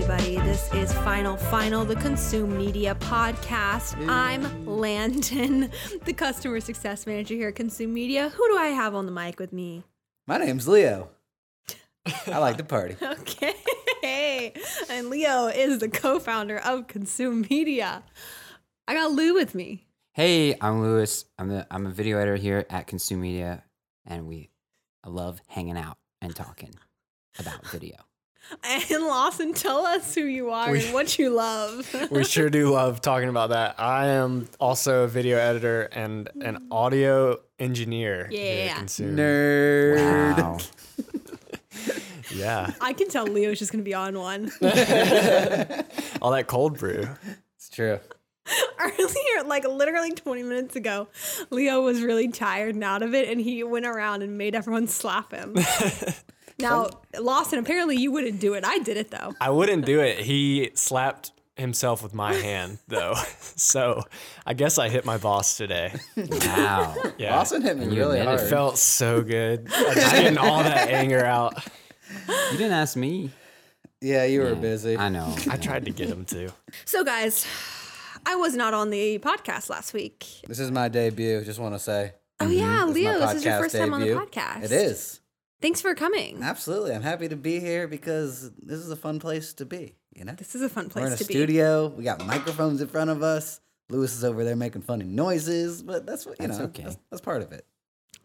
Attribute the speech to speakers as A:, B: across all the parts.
A: This is Final Final, the Consume Media podcast. I'm Landon, the customer success manager here at Consume Media. Who do I have on the mic with me?
B: My name's Leo. I like to party.
A: Okay. And Leo is the co founder of Consume Media. I got Lou with me.
C: Hey, I'm Lewis. I'm the I'm a video editor here at Consume Media, and we I love hanging out and talking about video.
A: And Lawson, tell us who you are
D: We-
A: and what you love.
D: we sure do love talking about that. I am also a video editor and an audio engineer. here at
A: Yeah.
D: Consume.
B: Nerd.
C: Wow.
D: Yeah.
A: I can tell Leo's just going to be on one.
D: All that cold brew.
B: It's true.
A: earlier, like literally 20 minutes ago, Leo was really tired and out of it, and he went around and made everyone slap him. now, Lawson, apparently you wouldn't do it. I did it though.
D: I wouldn't do it. He slapped himself with my hand though. so I guess I hit my boss today.
C: Wow.
D: Yeah.
B: Lawson hit me
C: You
B: really hard.
C: admitted
D: It felt so good. I just getting all that anger out.
C: You didn't ask me.
B: yeah, you were busy.
C: I know.
D: I tried to get him to.
A: So, guys, I was not on the podcast last week.
B: This is my debut. Just want to say,
A: Oh, yeah,
B: Mm-hmm. This
A: Leo,
B: my
A: this is your
B: podcast
A: first time on the
B: debut.
A: podcast.
B: It is
A: Thanks for coming.
B: absolutely. I'm happy to be here because this is a fun place to be. You know,
A: This is a fun
B: we're in
A: place
B: a
A: to be.
B: studio. We got microphones in front of us. Lewis is over there making funny noises, but that's what you
C: That's
B: know.
C: okay.
B: That's, that's part of it.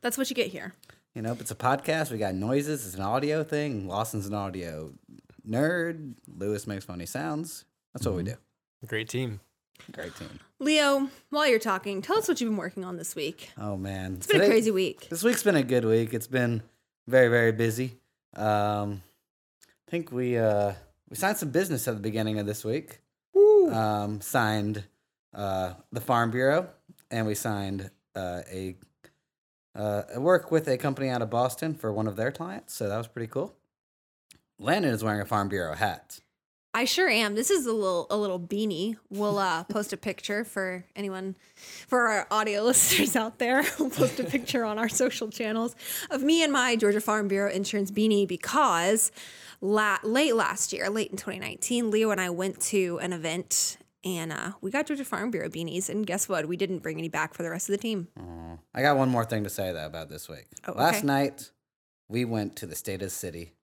A: That's what you get here.
B: You know, if it's a podcast. We got noises. It's an audio thing. Lawson's an audio nerd. Lewis makes funny sounds. That's what we
A: Mm-hmm.
B: do.
D: Great team.
B: Great team.
A: Leo, while you're talking, tell us what you've been working on this week.
B: Oh man,
A: It's been a crazy week.
B: This week's been a good week. It's been very very busy. Um, I think we uh, we signed some business at the beginning of this week. Um, signed uh, the Farm Bureau, and we signed uh, a uh, a work with a company out of Boston for one of their clients. So that was pretty cool. Landon is wearing a Farm Bureau hat.
A: I sure am. This is a little a little beanie. We'll uh, post a picture for anyone for our audio listeners out there. We'll post a picture on our social channels of me and my Georgia Farm Bureau insurance beanie because la- late last year, late in 2019, Leo and I went to an event and uh, we got Georgia Farm Bureau beanies. And guess what? We didn't bring any back for the rest of the team.
B: Mm. I got one more thing to say though about this week.
A: Oh,
B: Last
A: okay.
B: night, we went to the state of the city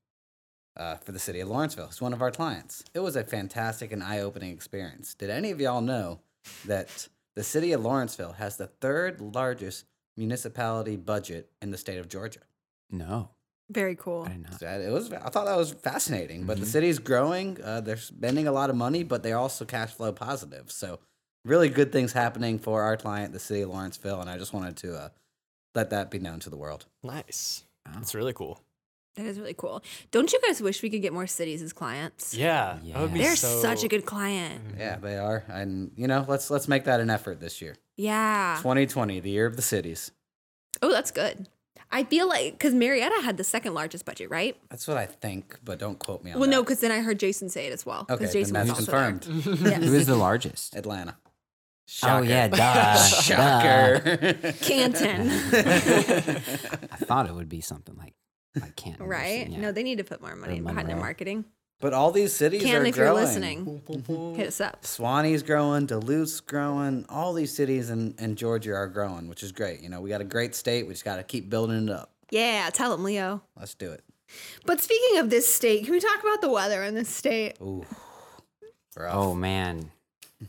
B: uh, for the city of Lawrenceville. It's one of our clients. It was a fantastic and eye-opening experience. Did any of y'all know that the city of Lawrenceville has the third largest municipality budget in the state of Georgia?
C: No,
A: Very cool.
C: I did not.
B: That- It was. I thought that was fascinating. But
C: Mm-hmm.
B: the city's growing. Uh, they're spending a lot of money, but they're also cash flow positive. So, really good things happening for our client, the city of Lawrenceville. And I just wanted to uh, let that be known to the world.
D: Nice. That's really cool.
A: That is really cool. Don't you guys wish we could get more cities as clients?
D: Yeah. that would be
A: They're
D: so- Mm.
A: such a good client.
C: Mm-hmm.
B: Yeah, they are. And you know, let's let's make that an effort this year.
A: Yeah.
B: 2020, the year of the cities.
A: Oh, that's good. I feel like because Marietta had the second largest budget, right?
B: That's what I think, but don't quote me on
A: Well,
B: that.
A: no, because then I heard Jason say it as well. 'cause
B: Okay,
A: Jason
B: then that's
A: was also there.
B: confirmed.
C: Who is the largest?
B: Atlanta.
C: Oh yeah, duh. duh.
B: Shocker.
A: Canton,
C: I thought it would be something like like Canton. or
A: right?
C: something, Yeah.
A: No, they need to put more money
C: Or
A: behind their
C: Monroe.
A: marketing.
B: but all these cities
A: Canton,
B: are
A: if you're
B: growing.
A: listening,
B: Mm-hmm.
A: hit us up.
B: Swanee's growing, Duluth's growing, all these cities in, in Georgia are growing, which is great. You know, we got a great state. We just got to keep building it up.
A: Yeah, tell them, Leo.
B: Let's do it.
A: But speaking of this state, can we talk about the weather in this state?
B: Ooh. Rough.
C: Oh man,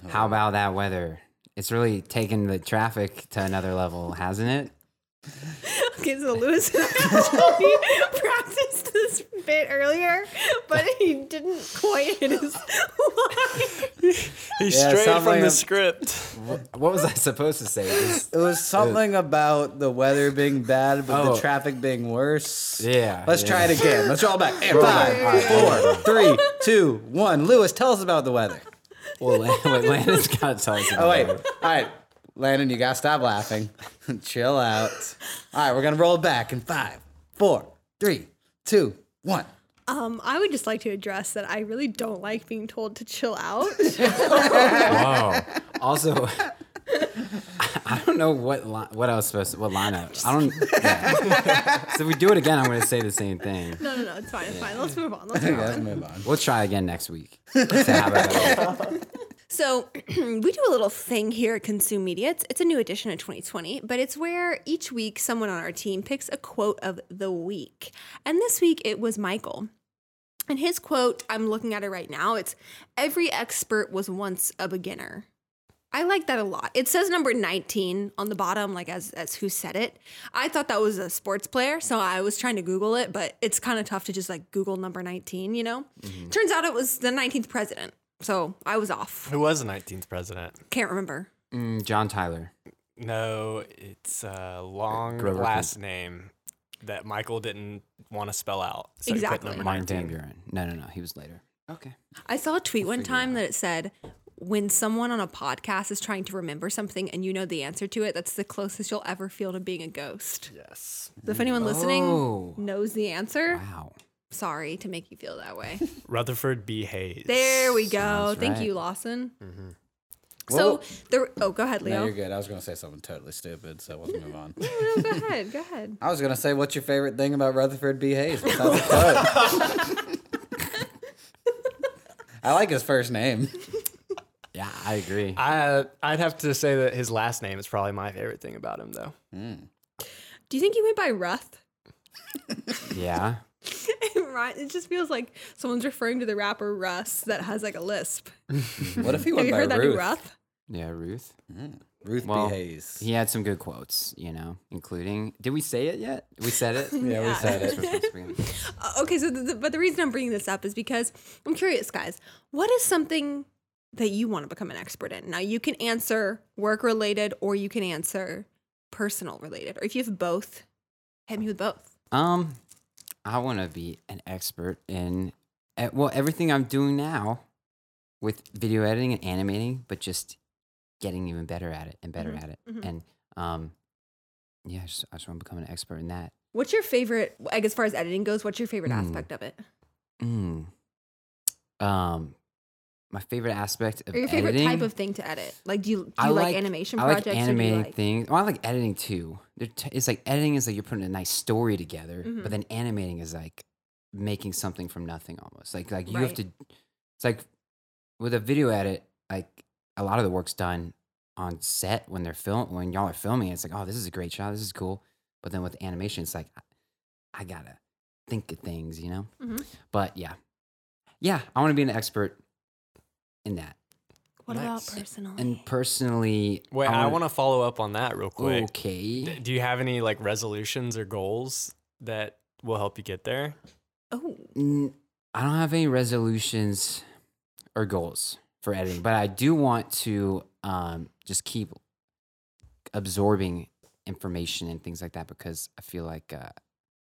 C: how about that weather? It's really taken the traffic to another level, hasn't it?
A: Okay, so Lewis actually practiced this bit earlier, but he didn't quite hit his line.
D: He's
B: Yeah, it
D: straight
B: sounds
D: from
B: like
D: the
B: a-
D: script.
C: Wh- What was I supposed to say? Just-
B: It was something about the weather being bad, but
C: Oh.
B: the traffic being worse.
C: Yeah,
B: Let's
C: yeah.
B: try it again. Let's roll back. And five, four, three, two, one. Lewis, tell us about the weather.
C: well, Lan- what Landon's got to tell us.
B: Oh,
C: about
B: wait.
C: it.
B: All right. Landon, you got to stop laughing. Chill out. All right, we're going to roll back in five, four, three, two, one.
A: Um, I would just like to address that I really don't like being told
C: Oh.
A: to chill out.
C: Also, I don't don't know what li- what I was supposed to, what lineup. I don't. yeah. so if we do it again, I'm going to say the same thing.
A: No, no, no. It's fine. It's fine. Let's move on. Let's move
B: Let's
A: on.
B: move on.
C: We'll try again next week. to have a better-
A: So we do a little thing here at Consume Media. It's, it's a new edition of 2020, but it's where each week someone on our team picks a quote of the week. And this week it was Michael. And his quote, I'm looking at it right now, it's every expert was once a beginner. I like that a lot. It says number 19 on the bottom, like as as who said it. I thought that was a sports player, so I was trying to Google it, but it's kind of tough to just like Google number 19, you know? Turns out it was the 19th president. So I was off.
D: Who was the 19th president?
A: Can't remember.
C: Mm, John Tyler.
D: No, it's a long
C: Grover
D: last name that Michael didn't want to spell out. So he put
A: Exactly.
D: number
C: Martin
D: 19.
C: Van Buren. No, no, no. He was later. Okay.
A: I saw a tweet one time that it said, when someone on a podcast is trying to remember something and you know the answer to it, that's the closest you'll ever feel to being a ghost.
D: Yes.
A: So if anyone listening
C: Oh.
A: knows the answer,
C: Wow.
A: sorry to make you feel that way.
D: Rutherford B. Hayes.
A: There we go.
C: Sounds
A: Thank
C: right.
A: you, Lawson.
B: Mm-hmm. Well-
A: So there. Oh, go ahead,
B: No,
A: Leo.
B: you're good. I was gonna say something totally stupid, so let's move on.
A: No, go ahead. Go ahead.
B: I was gonna say, what's your favorite thing about Rutherford B. Hayes? Besides the coat? I like his first name.
C: Yeah, I agree.
D: I I'd have to say that his last name is probably my favorite thing about him, though.
A: Do you think he went by Ruth?
C: yeah.
A: right. It just feels like someone's referring to the rapper Russ that has like a lisp.
B: What if he
A: Have
B: went
A: you
B: by
A: heard that
B: Ruth?
A: new Ruth?
C: Yeah, Ruth.
B: Ruth
C: Well,
B: B. Hayes.
C: He had some good quotes, you know, including. Did we say it yet? We said it.
B: yeah, we
A: yeah.
B: said it.
A: Uh, okay so the, the, but the reason i'm bringing this up is because i'm curious guys what is something that you want to become an expert in now you can answer work related or you can answer personal related or if you have both hit me with both
C: Um, I want to be an expert in eh, well everything I'm doing now with video editing and animating, but just getting even better at it and better at it.
A: mhm.
C: And um, yeah, I just, I just want to become an expert in that.
A: what's your favorite like as far as editing goes what's your favorite
C: Hmm.
A: aspect of it
C: Mm. Um, my favorite aspect of
A: or your favorite
C: editing,
A: type of thing to edit like do you, do you
C: I
A: like,
C: like-
A: animation
C: I like
A: projects or do you
C: animating
A: like-
C: things. Well, I like editing too. They're T- it's like editing is like you're putting a nice story together,
A: Mhm.
C: but then animating is like making something from nothing almost. Like like you have
A: Right.
C: to. It's like with a video edit, like a lot of the work's done on set when they're film when y'all are filming. It's like oh, this is a great shot. This is cool. But then with animation, it's like I, I gotta think of things, you know.
A: Mhm.
C: But yeah, yeah, I want to be an expert in that.
A: what
D: Nice.
A: about personally
C: And personally,
D: Wait, I
C: wanna-
D: want to follow up on that real quick.
C: Okay.
D: D- Do you have any like resolutions or goals that will help you get there?
A: oh
C: N- I don't have any resolutions or goals for editing, but I do want to um, just keep absorbing information and things like that because I feel like uh,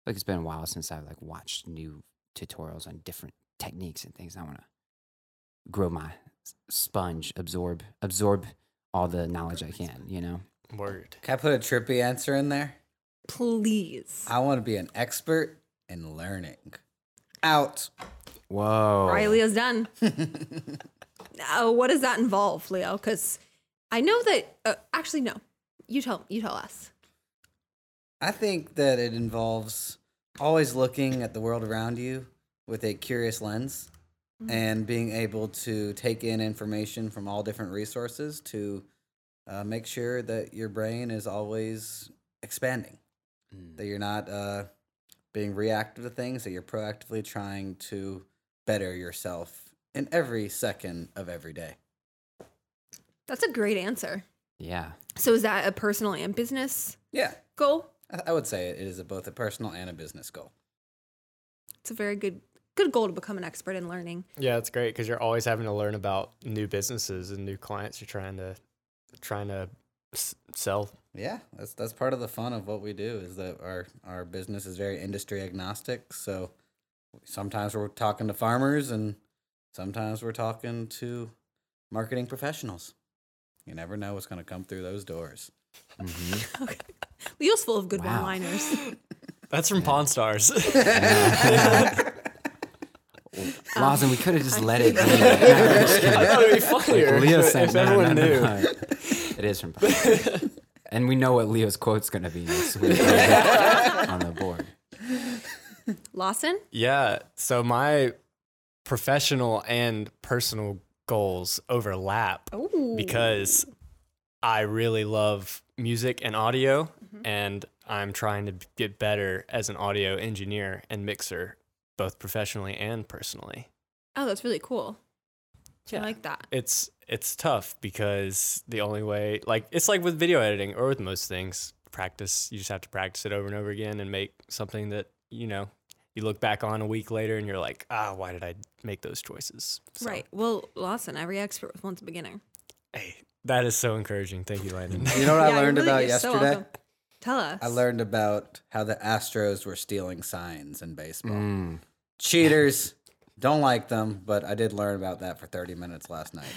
C: like it's been a while since I've like watched new tutorials on different techniques and things. I want to grow my s- sponge, absorb, absorb all the knowledge I can. You know,
D: Word.
B: Can I put a trippy answer in there?
A: please
B: I want to be an expert in learning. Out.
C: whoa,
A: All right, Leo's done. uh, what does that involve, Leo? Because I know that. Uh, actually, no. You tell. You tell us.
B: I think that it involves always looking at the world around you with a curious lens and being able to take in information from all different resources to uh, make sure that your brain is always expanding,
C: Mm,
B: that you're not uh, being reactive to things, that you're proactively trying to better yourself in every second of every day.
A: That's a great answer.
C: yeah.
A: So, is that a personal and business
B: Yeah,
A: goal?
B: I- I would say it is a, both a personal and a business goal.
A: It's a very good good goal to become an expert in learning.
D: Yeah, it's great because you're always having to learn about new businesses and new clients you're trying to trying to s- sell.
B: Yeah, that's that's part of the fun of what we do is that our our business is very industry agnostic. So sometimes we're talking to farmers and sometimes we're talking to marketing professionals. You never know what's going to come through those doors.
C: Mhm.
A: Okay. Leo's full of good
C: Wow.
A: one-liners.
D: That's from Pawn Stars.
C: Lawson, we could have just let it be.
D: I thought it'd be
C: Like
D: funnier
C: Leo
D: if-
C: said,
D: if
C: no, no,
D: everyone
C: no,
D: knew.
C: no. It is from Pop. And we know what Leo's quote's going to be next week on the board.
A: Lawson?
D: Yeah. So my professional and personal goals overlap
A: Oh.
D: because I really love music and audio, and I'm trying to b- get better as an audio engineer and mixer, both professionally and personally.
A: Oh, that's really cool.
D: Yeah.
A: I like that.
D: It's it's tough because the only way, like it's like with video editing or with most things, practice. You just have to practice it over and over again and make something that you know you look back on a week later and you're like, ah, why did I make those choices? So,
A: Right. Well, Lawson, every expert was once a beginner.
D: Hey, that is so encouraging. Thank you, Landon.
B: You know what
A: Yeah,
B: I learned
A: really-
B: about
A: you're so
B: yesterday?
A: welcome. Tell us.
B: I learned about how the Astros were stealing signs in baseball.
C: Mm.
B: Cheaters. Don't like them, but I did learn about that for 30 minutes last night.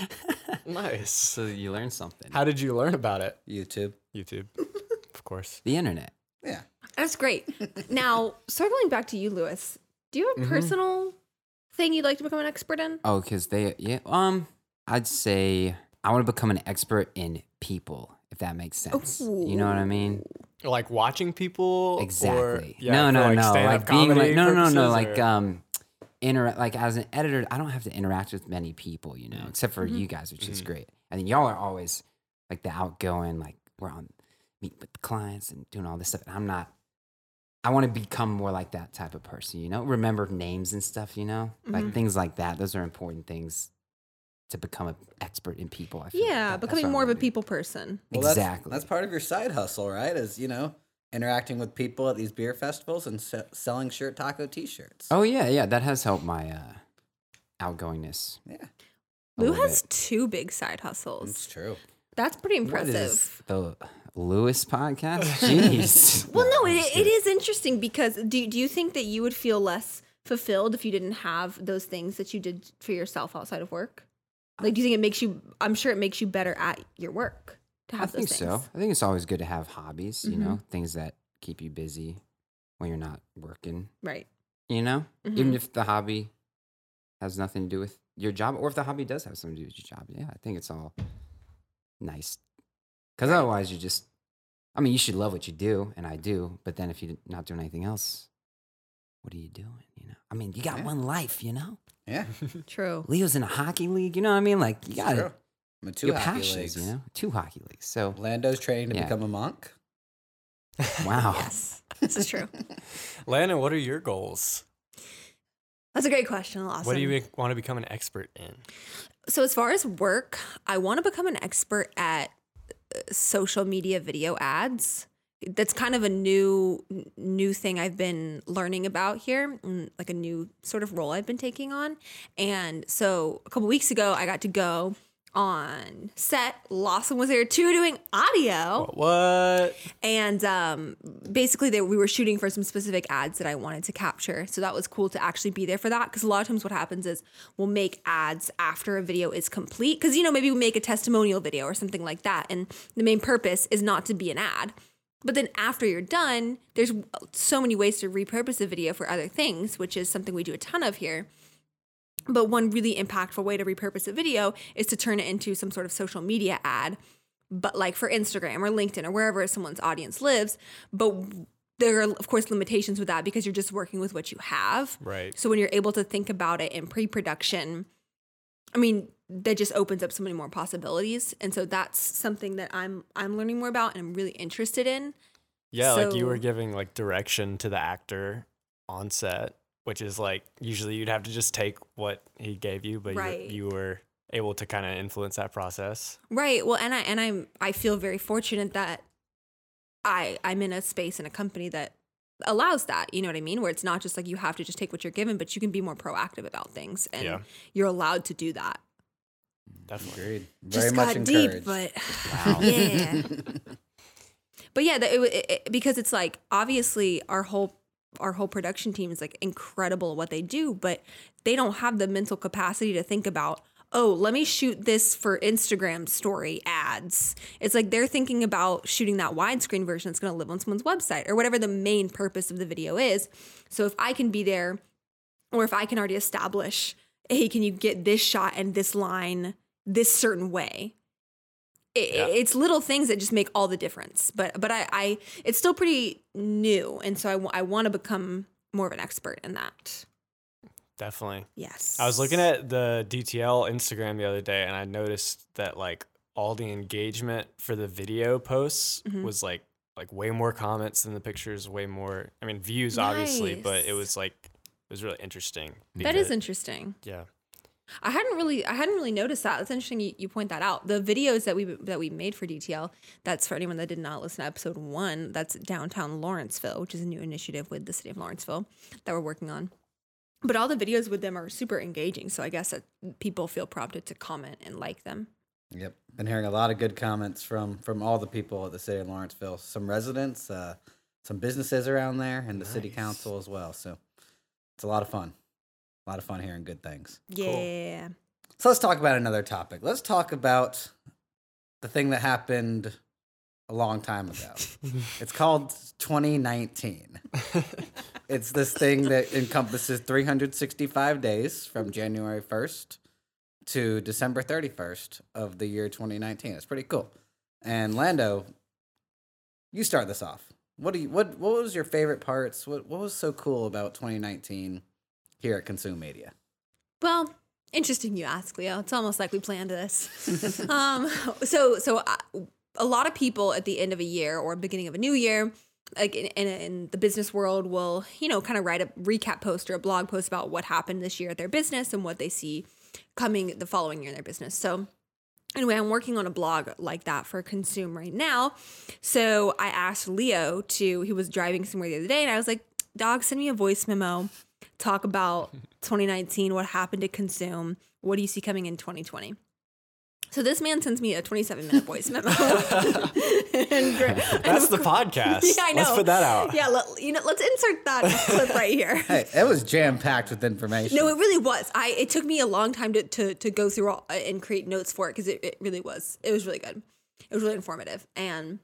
D: nice.
C: So you learned something.
D: How did you learn about it?
B: YouTube.
D: YouTube, of course.
C: the internet.
B: Yeah.
A: That's great. now, circling back to you, Lewis, do you have
C: Mm-hmm.
A: a personal thing you'd like to become an expert in?
C: Oh, because they, yeah. Um, I'd say I want to become an expert in people, if that makes sense. You know what I mean?
D: Like watching people. or-
C: Exactly.
D: yeah,
C: no,
D: for,
C: no,
D: like
C: no.
D: stand-up
C: Like being
D: comedy
C: like, no, no, no, no.
D: purposes,
C: Like,
D: or-
C: um, interact. Like as an editor, I don't have to interact with many people, you know, except
D: Mm-hmm.
C: for you guys, which is great. I think y'all are always like the outgoing, like we're on meet with the clients and doing all this stuff. And I'm not. I want to become more like that type of person, you know. Remember names and stuff, you know,
D: Mm-hmm.
C: like things like that. Those are important things to become an expert in people. I feel like.
A: Yeah,
C: That- that's what
A: becoming
C: I
A: more of
C: wanna
A: a
C: do.
A: people person.
B: That's,
C: exactly.
B: that's part of your side hustle, right? Is, you know, interacting with people at these beer festivals and se- selling shirt taco t shirts.
C: Oh yeah, yeah, that has helped my uh, outgoingness.
B: Yeah.
C: a
A: Lou
C: little
A: has two big side
B: It's
A: hustles.
B: true.
A: That's pretty
C: bit. What is
A: impressive.
C: this, the Lewis podcast? Jeez.
A: Well, no, it, it is interesting because do, do you think that you would feel less fulfilled if you didn't have those things that you did for yourself outside of work? Like, do you think it makes you, I'm sure it makes you better at your work to
C: I
A: have
C: think
A: those
C: so.
A: things. Mm-hmm.
C: I think it's always good to have hobbies. You know, things that keep you busy when you're not working.
A: Right.
C: You know,
A: Mm-hmm.
C: even if the hobby has nothing to do with your job, or if the hobby does have something to do with your job. Yeah, I think it's all nice. Because otherwise, you just. I mean, you should love what you do, and I do. But then, if you're not doing anything else, what are you doing? You know, I mean, you got
B: Yeah.
C: one life. You know.
B: Yeah.
C: Mm.
A: True.
C: Leo's in a hockey league. You know what I mean? Like you got
B: True.
C: to
B: I'm in two
C: your
B: hockey
C: passions.
B: leagues.
C: You know, two hockey leagues. So
B: Lando's training to
C: Yeah.
B: become a monk.
C: wow,
A: Yes. This is true.
D: Landon, what are your goals?
A: That's a great question, Lawson.
D: What do you be- want to become an expert in?
A: So as far as work, I want to become an expert at uh, social media video ads. That's kind of a new n- new thing I've been learning about here, and like a new sort of role I've been taking on. And so a couple weeks ago, I got to go on set. Lawson was there too, doing audio
D: What?
A: and um, basically they, we were shooting for some specific ads that i wanted to capture so that was cool to actually be there for that because a lot of times what happens is we'll make ads after a video is complete because you know maybe we make a testimonial video or something like that and the main purpose is not to be an ad but then after you're done there's so many ways to repurpose a video for other things which is something we do a ton of here but one really impactful way to repurpose a video is to turn it into some sort of social media ad but like for Instagram or LinkedIn or wherever someone's audience lives. But there are, of course, limitations with that because you're just working with what you have.
D: Right.
A: So when you're able to think about it in pre production, I mean, that just opens up so many more possibilities. And so that's something that I'm I'm learning more about and I'm really interested in.
D: Yeah, like you were
A: So-
D: giving like direction to the actor on set, which is like usually you'd have to just take what he gave you, but
A: Right.
D: you, you were able to kind of influence that process.
A: Right. Well, and I and I'm I feel very fortunate that I I'm in a space in a company that allows that, you know what I mean? Where it's not just like you have to just take what you're given, but you can be more proactive about things and
D: Yeah.
A: you're allowed to do that.
D: Definitely.
B: Agreed. Very
A: Just
B: much
A: got
B: encouraged.
A: deep, but
C: wow.
A: yeah. but yeah, that it, it, it- because it's like obviously our whole our whole production team is like incredible at what they do, but they don't have the mental capacity to think about. Oh, let me shoot this for Instagram story ads. It's like they're thinking about shooting that widescreen version that's going to live on someone's website or whatever the main purpose of the video is. So if I can be there or if I can already establish, hey, can you get this shot and this line this certain way? It,
D: Yeah.
A: It's little things that just make all the difference. But but I, I it's still pretty new, and so I want to become more of an expert in that.
D: Definitely.
A: Yes.
D: I was looking at the DTL Instagram the other day and I noticed that like all the engagement for the video posts
A: Mhm.
D: was like like way more comments than the pictures, way more I mean views obviously, but it
A: Nice.
D: was like it was really interesting.
A: that
D: because-
A: is interesting.
D: yeah.
A: I hadn't really I hadn't really noticed that. It's interesting you, you point that out. The videos that we that we made for DTL, that's for anyone that did not listen to episode one, that's downtown Lawrenceville, which is a new initiative with the city of Lawrenceville that we're working on. But all the videos with them are super engaging, so I guess that people feel prompted to comment and like them.
B: Yep, been hearing a lot of good comments from from all the people at the city of Lawrenceville, some residents, uh, some businesses around there, and the city
D: Nice.
B: council as well. So it's a lot of fun, a lot of fun hearing good things.
A: Yeah.
B: So let's talk about another topic. Let's talk about the thing that happened a long time ago. it's called 2019. it's this thing that encompasses 365 days from January 1st to December 31st of the year 2019. It's pretty cool. And Lando, you start this off. What do you what what was your favorite parts? What what was so cool about 2019 here at Consume Media?
A: Well, interesting you ask, Leo. It's almost like we planned this. um, so, so I, a lot of people at the end of a year or beginning of a new year, like in, in, in the business world, will you know kind of write a recap post or a blog post about what happened this year at their business and what they see coming the following year in their business. So. Anyway, I'm working on a blog like that for Consume right now. So I asked Leo to, he was driving somewhere the other day, and I was like, Dog, send me a voice memo talk about 2019, what happened to consume, what do you see coming in 2020? So this man sends me a 27 minute voice memo. And gra-
D: That's the podcast.
A: yeah, I know.
D: Let's put that out.
A: Yeah, let, you know, let's insert that clip right here.
B: Hey, it was jam packed with information.
A: No, it really was. I it took me a long time to to, to go through all, and create notes for it because it, it really was. It was really good. It was really informative and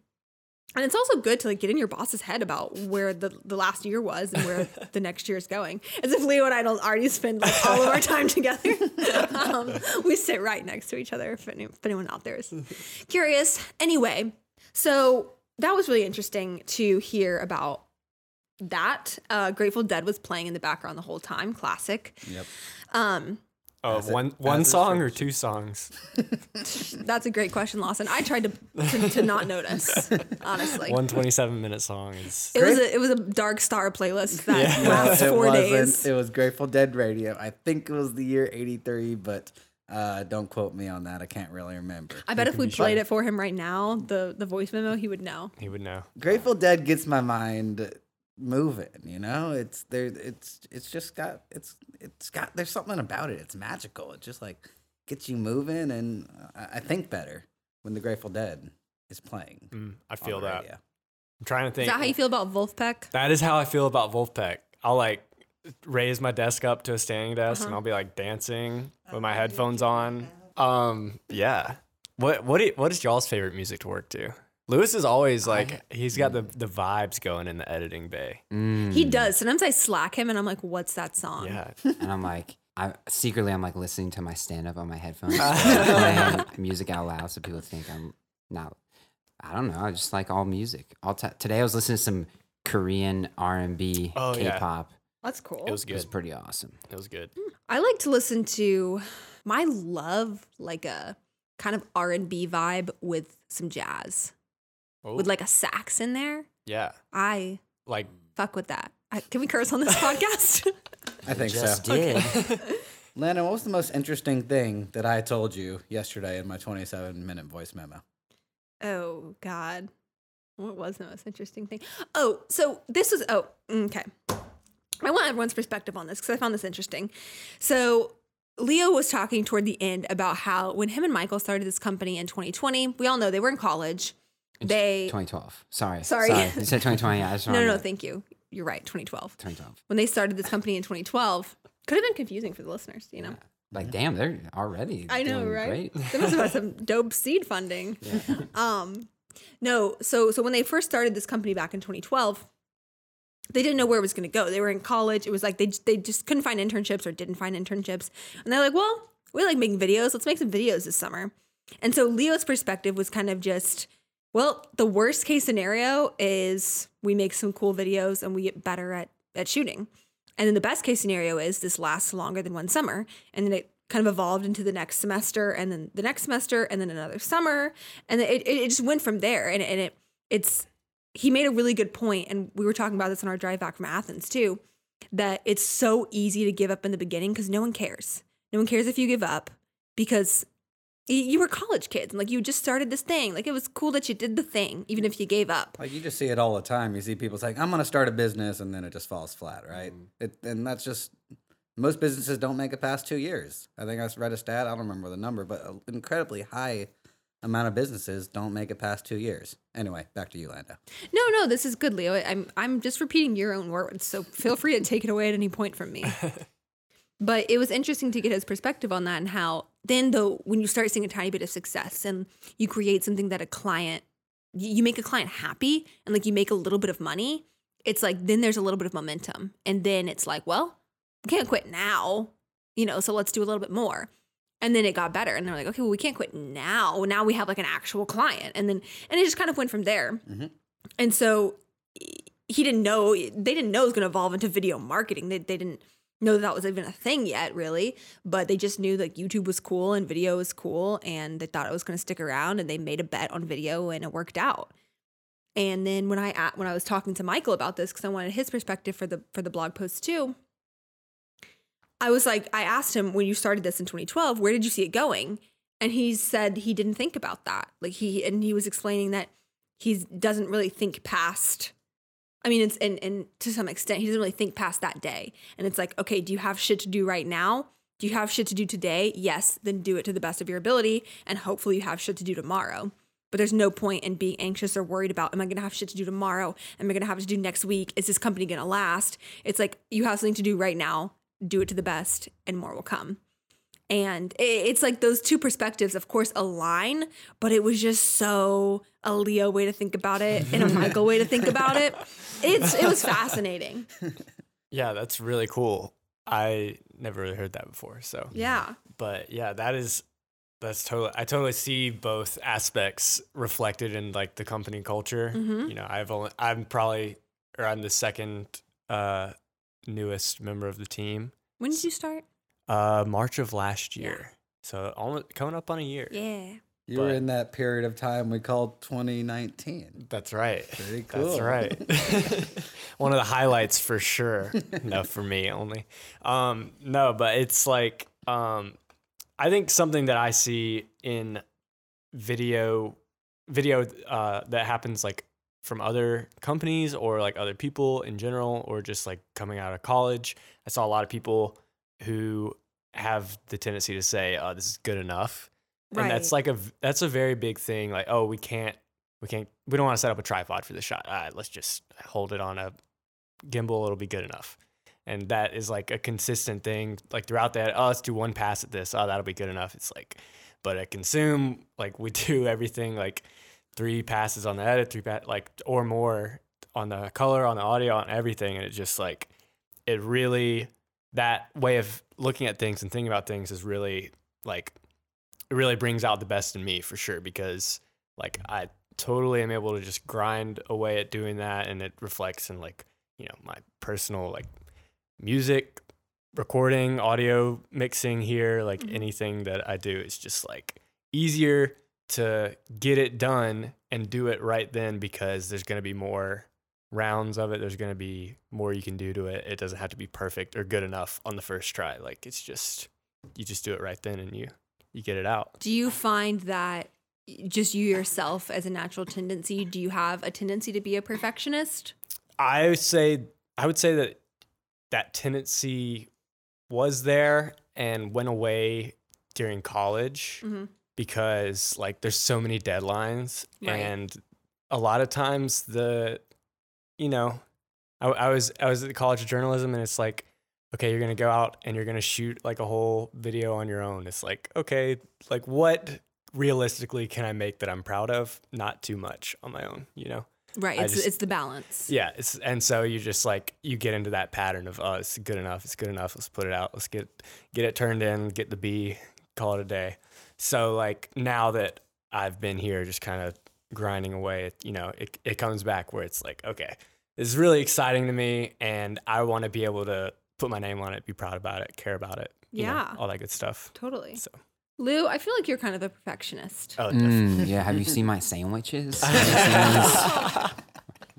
A: and it's also good to like get in your boss's head about where the, the last year was and where the next year is going. As if Leo and I don't already spend like all of our time together. um, we sit right next to each other. If, any, if anyone out there is curious, anyway. So that was really interesting to hear about that. Uh, Grateful Dead was playing in the background the whole time. Classic.
B: Yep.
A: Um,
D: Oh,
B: As it-
D: one one
B: as it
D: song or
B: should.
D: two songs?
A: that's a great question, Lawson. I tried to to, to not notice, honestly.
D: One 27 minute song is
A: it was a it was a Dark Star playlist that
D: Yeah.
A: lasts
B: it
A: 4
B: wasn't.
A: days.
B: It was Grateful Dead radio. I think it was the year '83, but uh, don't quote me on that. I can't really remember.
A: I bet if we played it for him right now, the the voice memo, he would know.
D: he would know.
B: Grateful Dead gets my mind moving. You know, it's there. It's it's just got it's it's got there's something about it. It's magical. It just like gets you moving, and uh, I, I think better when the Grateful Dead is playing.
D: Mm, I
B: on
D: feel
B: the
D: that.
B: radio.
D: I'm trying to think.
A: Is that how you feel about Wolfpack?
D: That is how I feel about Wolfpack. I'll like raise my desk up to a standing desk
A: Uh-huh.
D: and I'll be like dancing with
A: Uh,
D: my headphones on. Um, yeah. What what i- what is y'all's favorite music to work to? Lewis is always like he's got the
B: Hmm.
D: the vibes going in the editing bay.
A: He does. Sometimes I slack him, and I'm like, "What's that song?"
D: Hmm. Yeah.
C: and I'm like, I secretly I'm like listening to my stand up on my headphones, playing music out loud, so people think I'm not. I don't know. I just like all music. All t- today I was listening to some Korean R and B,
D: Oh, yeah.
C: K-pop.
A: That's cool.
D: It was
C: It was
D: good.
C: pretty awesome.
D: It was good.
A: I like to listen to my love like a kind of R and B vibe with some jazz
D: Oh,
A: with like a sax in there.
D: yeah.
A: I
D: Like
A: fuck with that. I, can we curse on this podcast?
B: I think so.
C: did.
B: Landon, what was the most interesting thing that I told you yesterday in my 27 minute voice memo?
A: Oh God. What was the most interesting thing? Oh, so this was oh, okay. I want everyone's perspective on this because I found this interesting. So Leo was talking toward the end about how when him and Michael started this company in 2020, we all know they were in college. They
C: 2012. Sorry.
A: Sorry.
C: You said 2020. I just
A: no, no, no,
C: remembered.
A: thank you. You're right, 2012.
C: 2012.
A: When they started this company in 2012, could have been confusing for the listeners, you know.
C: Like, damn, they're already.
A: I know,
C: doing
A: right?
C: Great.
A: They must have had some dope seed funding. Um, no, so so when they first started this company back in 2012, they didn't know where it was going to go. They were in college. It was like they j- they just couldn't find internships or didn't find internships, and they're like, well, we like making videos. Let's make some videos this summer. And so Leo's perspective was kind of just, well, the worst case scenario is we make some cool videos and we get better at at shooting. And then the best case scenario is this lasts longer than one summer. And then it kind of evolved into the next semester and then the next semester and then another summer. And it, it, it just went from there. And, and it it's he made a really good point, and we were talking about this on our drive back from Athens too, that it's so easy to give up in the beginning because no one cares. No one cares if you give up because y- you were college kids and like you just started this thing. Like it was cool that you did the thing, even if you gave up.
B: Like you just see it all the time. You see people saying, "I'm going to start a business," and then it just falls flat, right?
D: Mm-hmm.
B: It, and that's just most businesses don't make it past two years. I think I read a stat. I don't remember the number, but an incredibly high amount of businesses don't make it past two years. Anyway, back to you, Lando.
A: No, no, this is good, Leo. I'm I'm just repeating your own words, so feel free to take it away at any point from me. but it was interesting to get his perspective on that and how then though when you start seeing a tiny bit of success and you create something that a client you you make a client happy and like you make a little bit of money, it's like then there's a little bit of momentum. And then it's like, well, I can't quit now, you know, so let's do a little bit more. And then it got better. And they're like, okay, well, we can't quit now. Now we have like an actual client. And then, and it just kind of went from there. And so he didn't know, they didn't know it was going to evolve into video marketing. They, they didn't know that, that was even a thing yet, really. But they just knew like YouTube was cool and video was cool. And they thought it was going to stick around. And they made a bet on video and it worked out. And then when I a- when I was talking to Michael about this because I wanted his perspective for the for the blog post too, I was like I asked him when you started this in 2012, where did you see it going? And he said he didn't think about that. Like he and he was explaining that he doesn't really think past I mean, it's and and to some extent, he doesn't really think past that day. And it's like, okay, do you have shit to do right now? Do you have shit to do today? Yes, then do it to the best of your ability, and hopefully you have shit to do tomorrow. But there's no point in being anxious or worried about, am I gonna have shit to do tomorrow? Am I gonna have to do next week? Is this company gonna last? It's like you have something to do right now. Do it to the best, and more will come. And i- it's like those two perspectives, of course, align, but it was just so a Leo way to think about it and a Michael way to think about it. It's it was fascinating.
D: Yeah, that's really cool. I never really heard that before. So,
A: Yeah.
D: but yeah, that is that's totally. I totally see both aspects reflected in like the company culture. You know, I've only I'm probably or I'm the second uh, newest member of the team.
A: When did you start?
D: Uh, March of last year, so almost coming up on a year.
A: Yeah.
B: You were
D: But-
B: in that period of time we called 2019.
D: That's right.
B: Very
D: That's
B: cool.
D: right. One of the highlights for sure. No, for me only. Um, no, but it's like um, I think something that I see in video video uh, that happens like from other companies or like other people in general or just like coming out of college. I saw a lot of people who have the tendency to say, "Oh, this is good enough." And that's
A: Right.
D: like a v- that's a very big thing like, "Oh, we can't we can't we don't want to set up a tripod for the shot. Ah, let's just hold it on a gimbal, it'll be good enough." And that is like a consistent thing like throughout that, "Oh, let's do one pass at this. Oh, that'll be good enough." It's like but at consume like we do everything like three passes on the edit, three pa- like or more on the color, on the audio, on everything, and it just like it really that way of looking at things and thinking about things is really like it really brings out the best in me for sure because like I totally am able to just grind away at doing that and it reflects in like you know my personal like music recording audio mixing here like anything that I do is just like easier to get it done and do it right then because there's going to be more rounds of it there's going to be more you can do to it it doesn't have to be perfect or good enough on the first try like it's just you just do it right then and you you get it out
A: Do you find that just you yourself as a natural tendency, do you have a tendency to be a perfectionist?
D: I would say I would say that that tendency was there and went away during college
A: Mhm.
D: because like there's so many deadlines
A: Right.
D: and a lot of times the you know I, I was I was at the College of Journalism and it's like okay you're gonna go out and you're gonna shoot like a whole video on your own it's like okay like what realistically can I make that I'm proud of not too much on my own you know
A: Right.
D: I
A: It's
D: just-
A: it's the balance.
D: yeah, it's, and so you just like you get into that pattern of oh, it's good enough, it's good enough. Let's put it out. Let's get get it turned in, get the B, call it a day. So like now that I've been here, just kind of grinding away, you know, it it comes back where it's like, okay, this is really exciting to me, and I want to be able to put my name on it, be proud about it, care about it, you know,
A: Yeah.
D: all that good stuff.
A: Totally.
D: So-
A: Lou, I feel like you're kind of a perfectionist.
D: Oh,
C: Mm, yeah, have you seen my sandwiches? I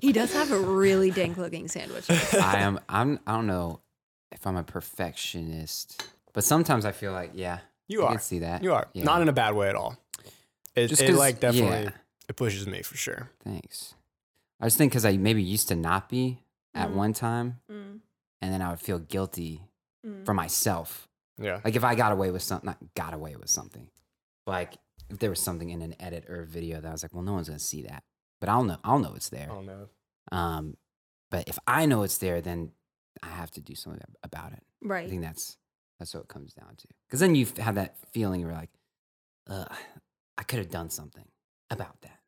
A: He does have a really dank looking sandwich.
C: am. I'm. I don't know if I'm a perfectionist, but sometimes I feel like yeah,
D: you
C: I
D: are,
C: can see that.
D: you are
C: Yeah.
D: not in a bad way at all. It,
C: Just
D: it
C: 'cause-
D: like definitely
C: yeah.
D: it pushes me for sure.
C: Thanks. I just think because I maybe used to not be at
D: Mm-hmm.
A: Mhm.
C: one time,
A: Mm,
C: and then I would feel guilty
A: mm.
D: Mm-hmm.
C: for myself.
D: Yeah,
C: Like if I got away with something, not got away with something, like if there was something in an edit or a video that I was like, well, no one's gonna see that, but I'll know. I'll know it's there.
D: I don't know.
C: Um, but if I know it's there, then I have to do something ab- about it. I
A: Right.
C: think that's that's what it comes down to. Because then you f- have that feeling you're like, Ugh, I could have done something about that.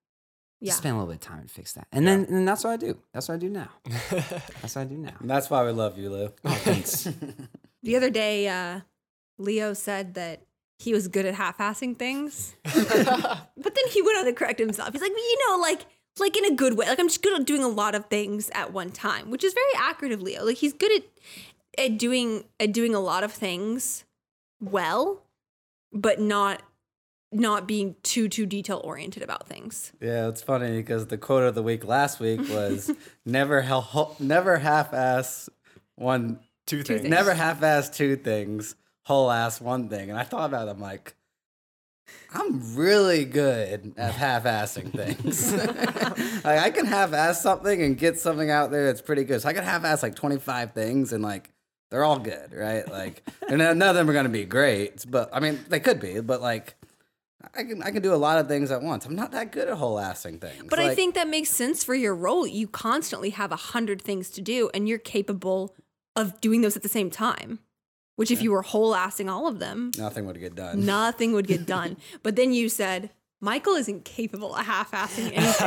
A: Yeah.
C: Just Spend a little bit of time and fix that. And then and that's what I do. That's what I do now. That's what I do now.
B: And that's why we love you, Lou.
D: Oh,
C: thanks.
A: The other day, uh, Leo said that he was good at half-assing things, but then he went on to correct himself. He's like, you know, like like in a good way. Like I'm just good at doing a lot of things at one time, which is very accurate of Leo. Like he's good at at doing at doing a lot of things well, but not not being too too detail oriented about things.
B: Yeah, it's funny because the quote of the week last week was never hel- never half ass one
D: Two
A: Two
D: things.
A: things.
B: never half ass two things, whole ass one thing. And I thought about it, I'm like, I'm really good at half assing things. like I can half ass something and get something out there that's pretty good. So I could half ass like 25 things and like they're all good, right? Like and none none of them are gonna be great, but I mean they could be, but like I can I can do a lot of things at once. I'm not that good at whole assing things.
A: But I
B: Like,
A: think that makes sense for your role. You constantly have a hundred things to do, and you're capable of doing those at the same time. Which, if you were whole assing all of them,
B: nothing would get done.
A: nothing would get done. but then you said, Michael isn't capable of half assing anything.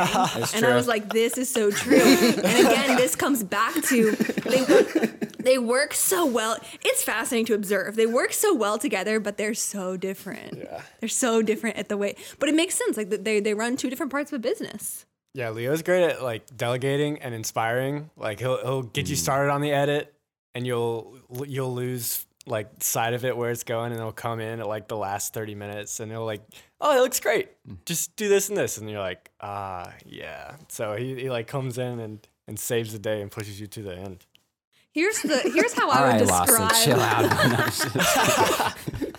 A: and I
B: true.
A: was like, this is so true. and again, this comes back to they work, they work so well. It's fascinating to observe. They work so well together, but they're so different. Yeah. They're so different at the way, but it makes sense. Like they, they run two different parts of a business.
D: Yeah, Leo's great at like delegating and inspiring. Like he'll he'll get you started on the edit, and you'll you'll lose like sight of it where it's going, and it'll come in at like the last thirty minutes, and he'll like, oh, it looks great. Just do this and this, and you're like, ah, yeah. So he, he like comes in and and saves the day and pushes you to the end.
A: Here's the here's how
C: All
A: I would
C: right, Lawson, chill
A: describe
C: out. No, I'm just-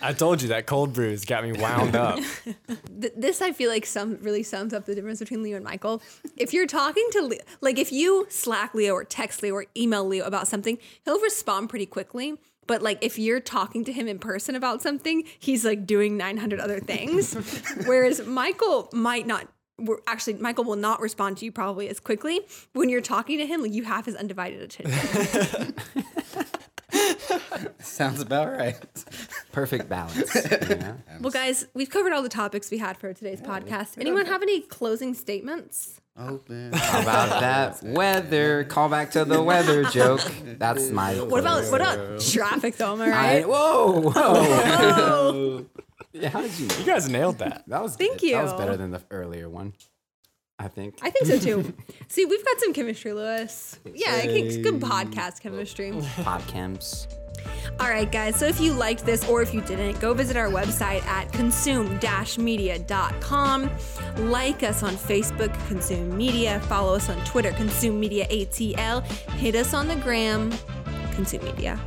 D: I told you that cold brew's got me wound up.
A: th- this. I feel like some really sums up the difference between Leo and Michael. If you're talking to Leo, like if you Slack Leo or text Leo or email Leo about something, he'll respond pretty quickly. But like if you're talking to him in person about something, he's like doing 900 other things. Whereas Michael might not. we're- Actually, Michael will not respond to you probably as quickly when you're talking to him. Like you have his undivided attention.
B: Sounds about right.
C: Perfect balance. You know?
A: well, guys, we've covered all the topics we had for today's podcast. Anyone have any closing statements?
B: Open.
C: How about that weather? Call back to the weather joke. That's my.
A: What about what about traffic though? Am I
C: I,
A: right?
C: whoa, whoa.
A: Oh,
C: yeah, how did you
D: You guys nailed that.
C: That was
A: Thank
C: good. That was
A: you.
C: better than the earlier one, I think.
A: I think so too. See, we've got some chemistry, Lewis. Yeah, I think it's good podcast chemistry.
C: Podcamps.
A: All right, guys. So if you liked this or if you didn't, go visit our website at consume-media.com. Like us on Facebook, Consume Media. Follow us on Twitter, Consume Media ATL. Hit us on the gram, Consume Media.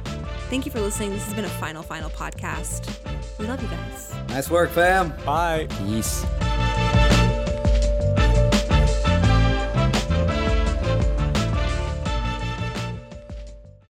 A: Thank you for listening. This has been a final, final podcast. We love you guys.
B: Nice work, fam.
D: Bye.
C: Peace.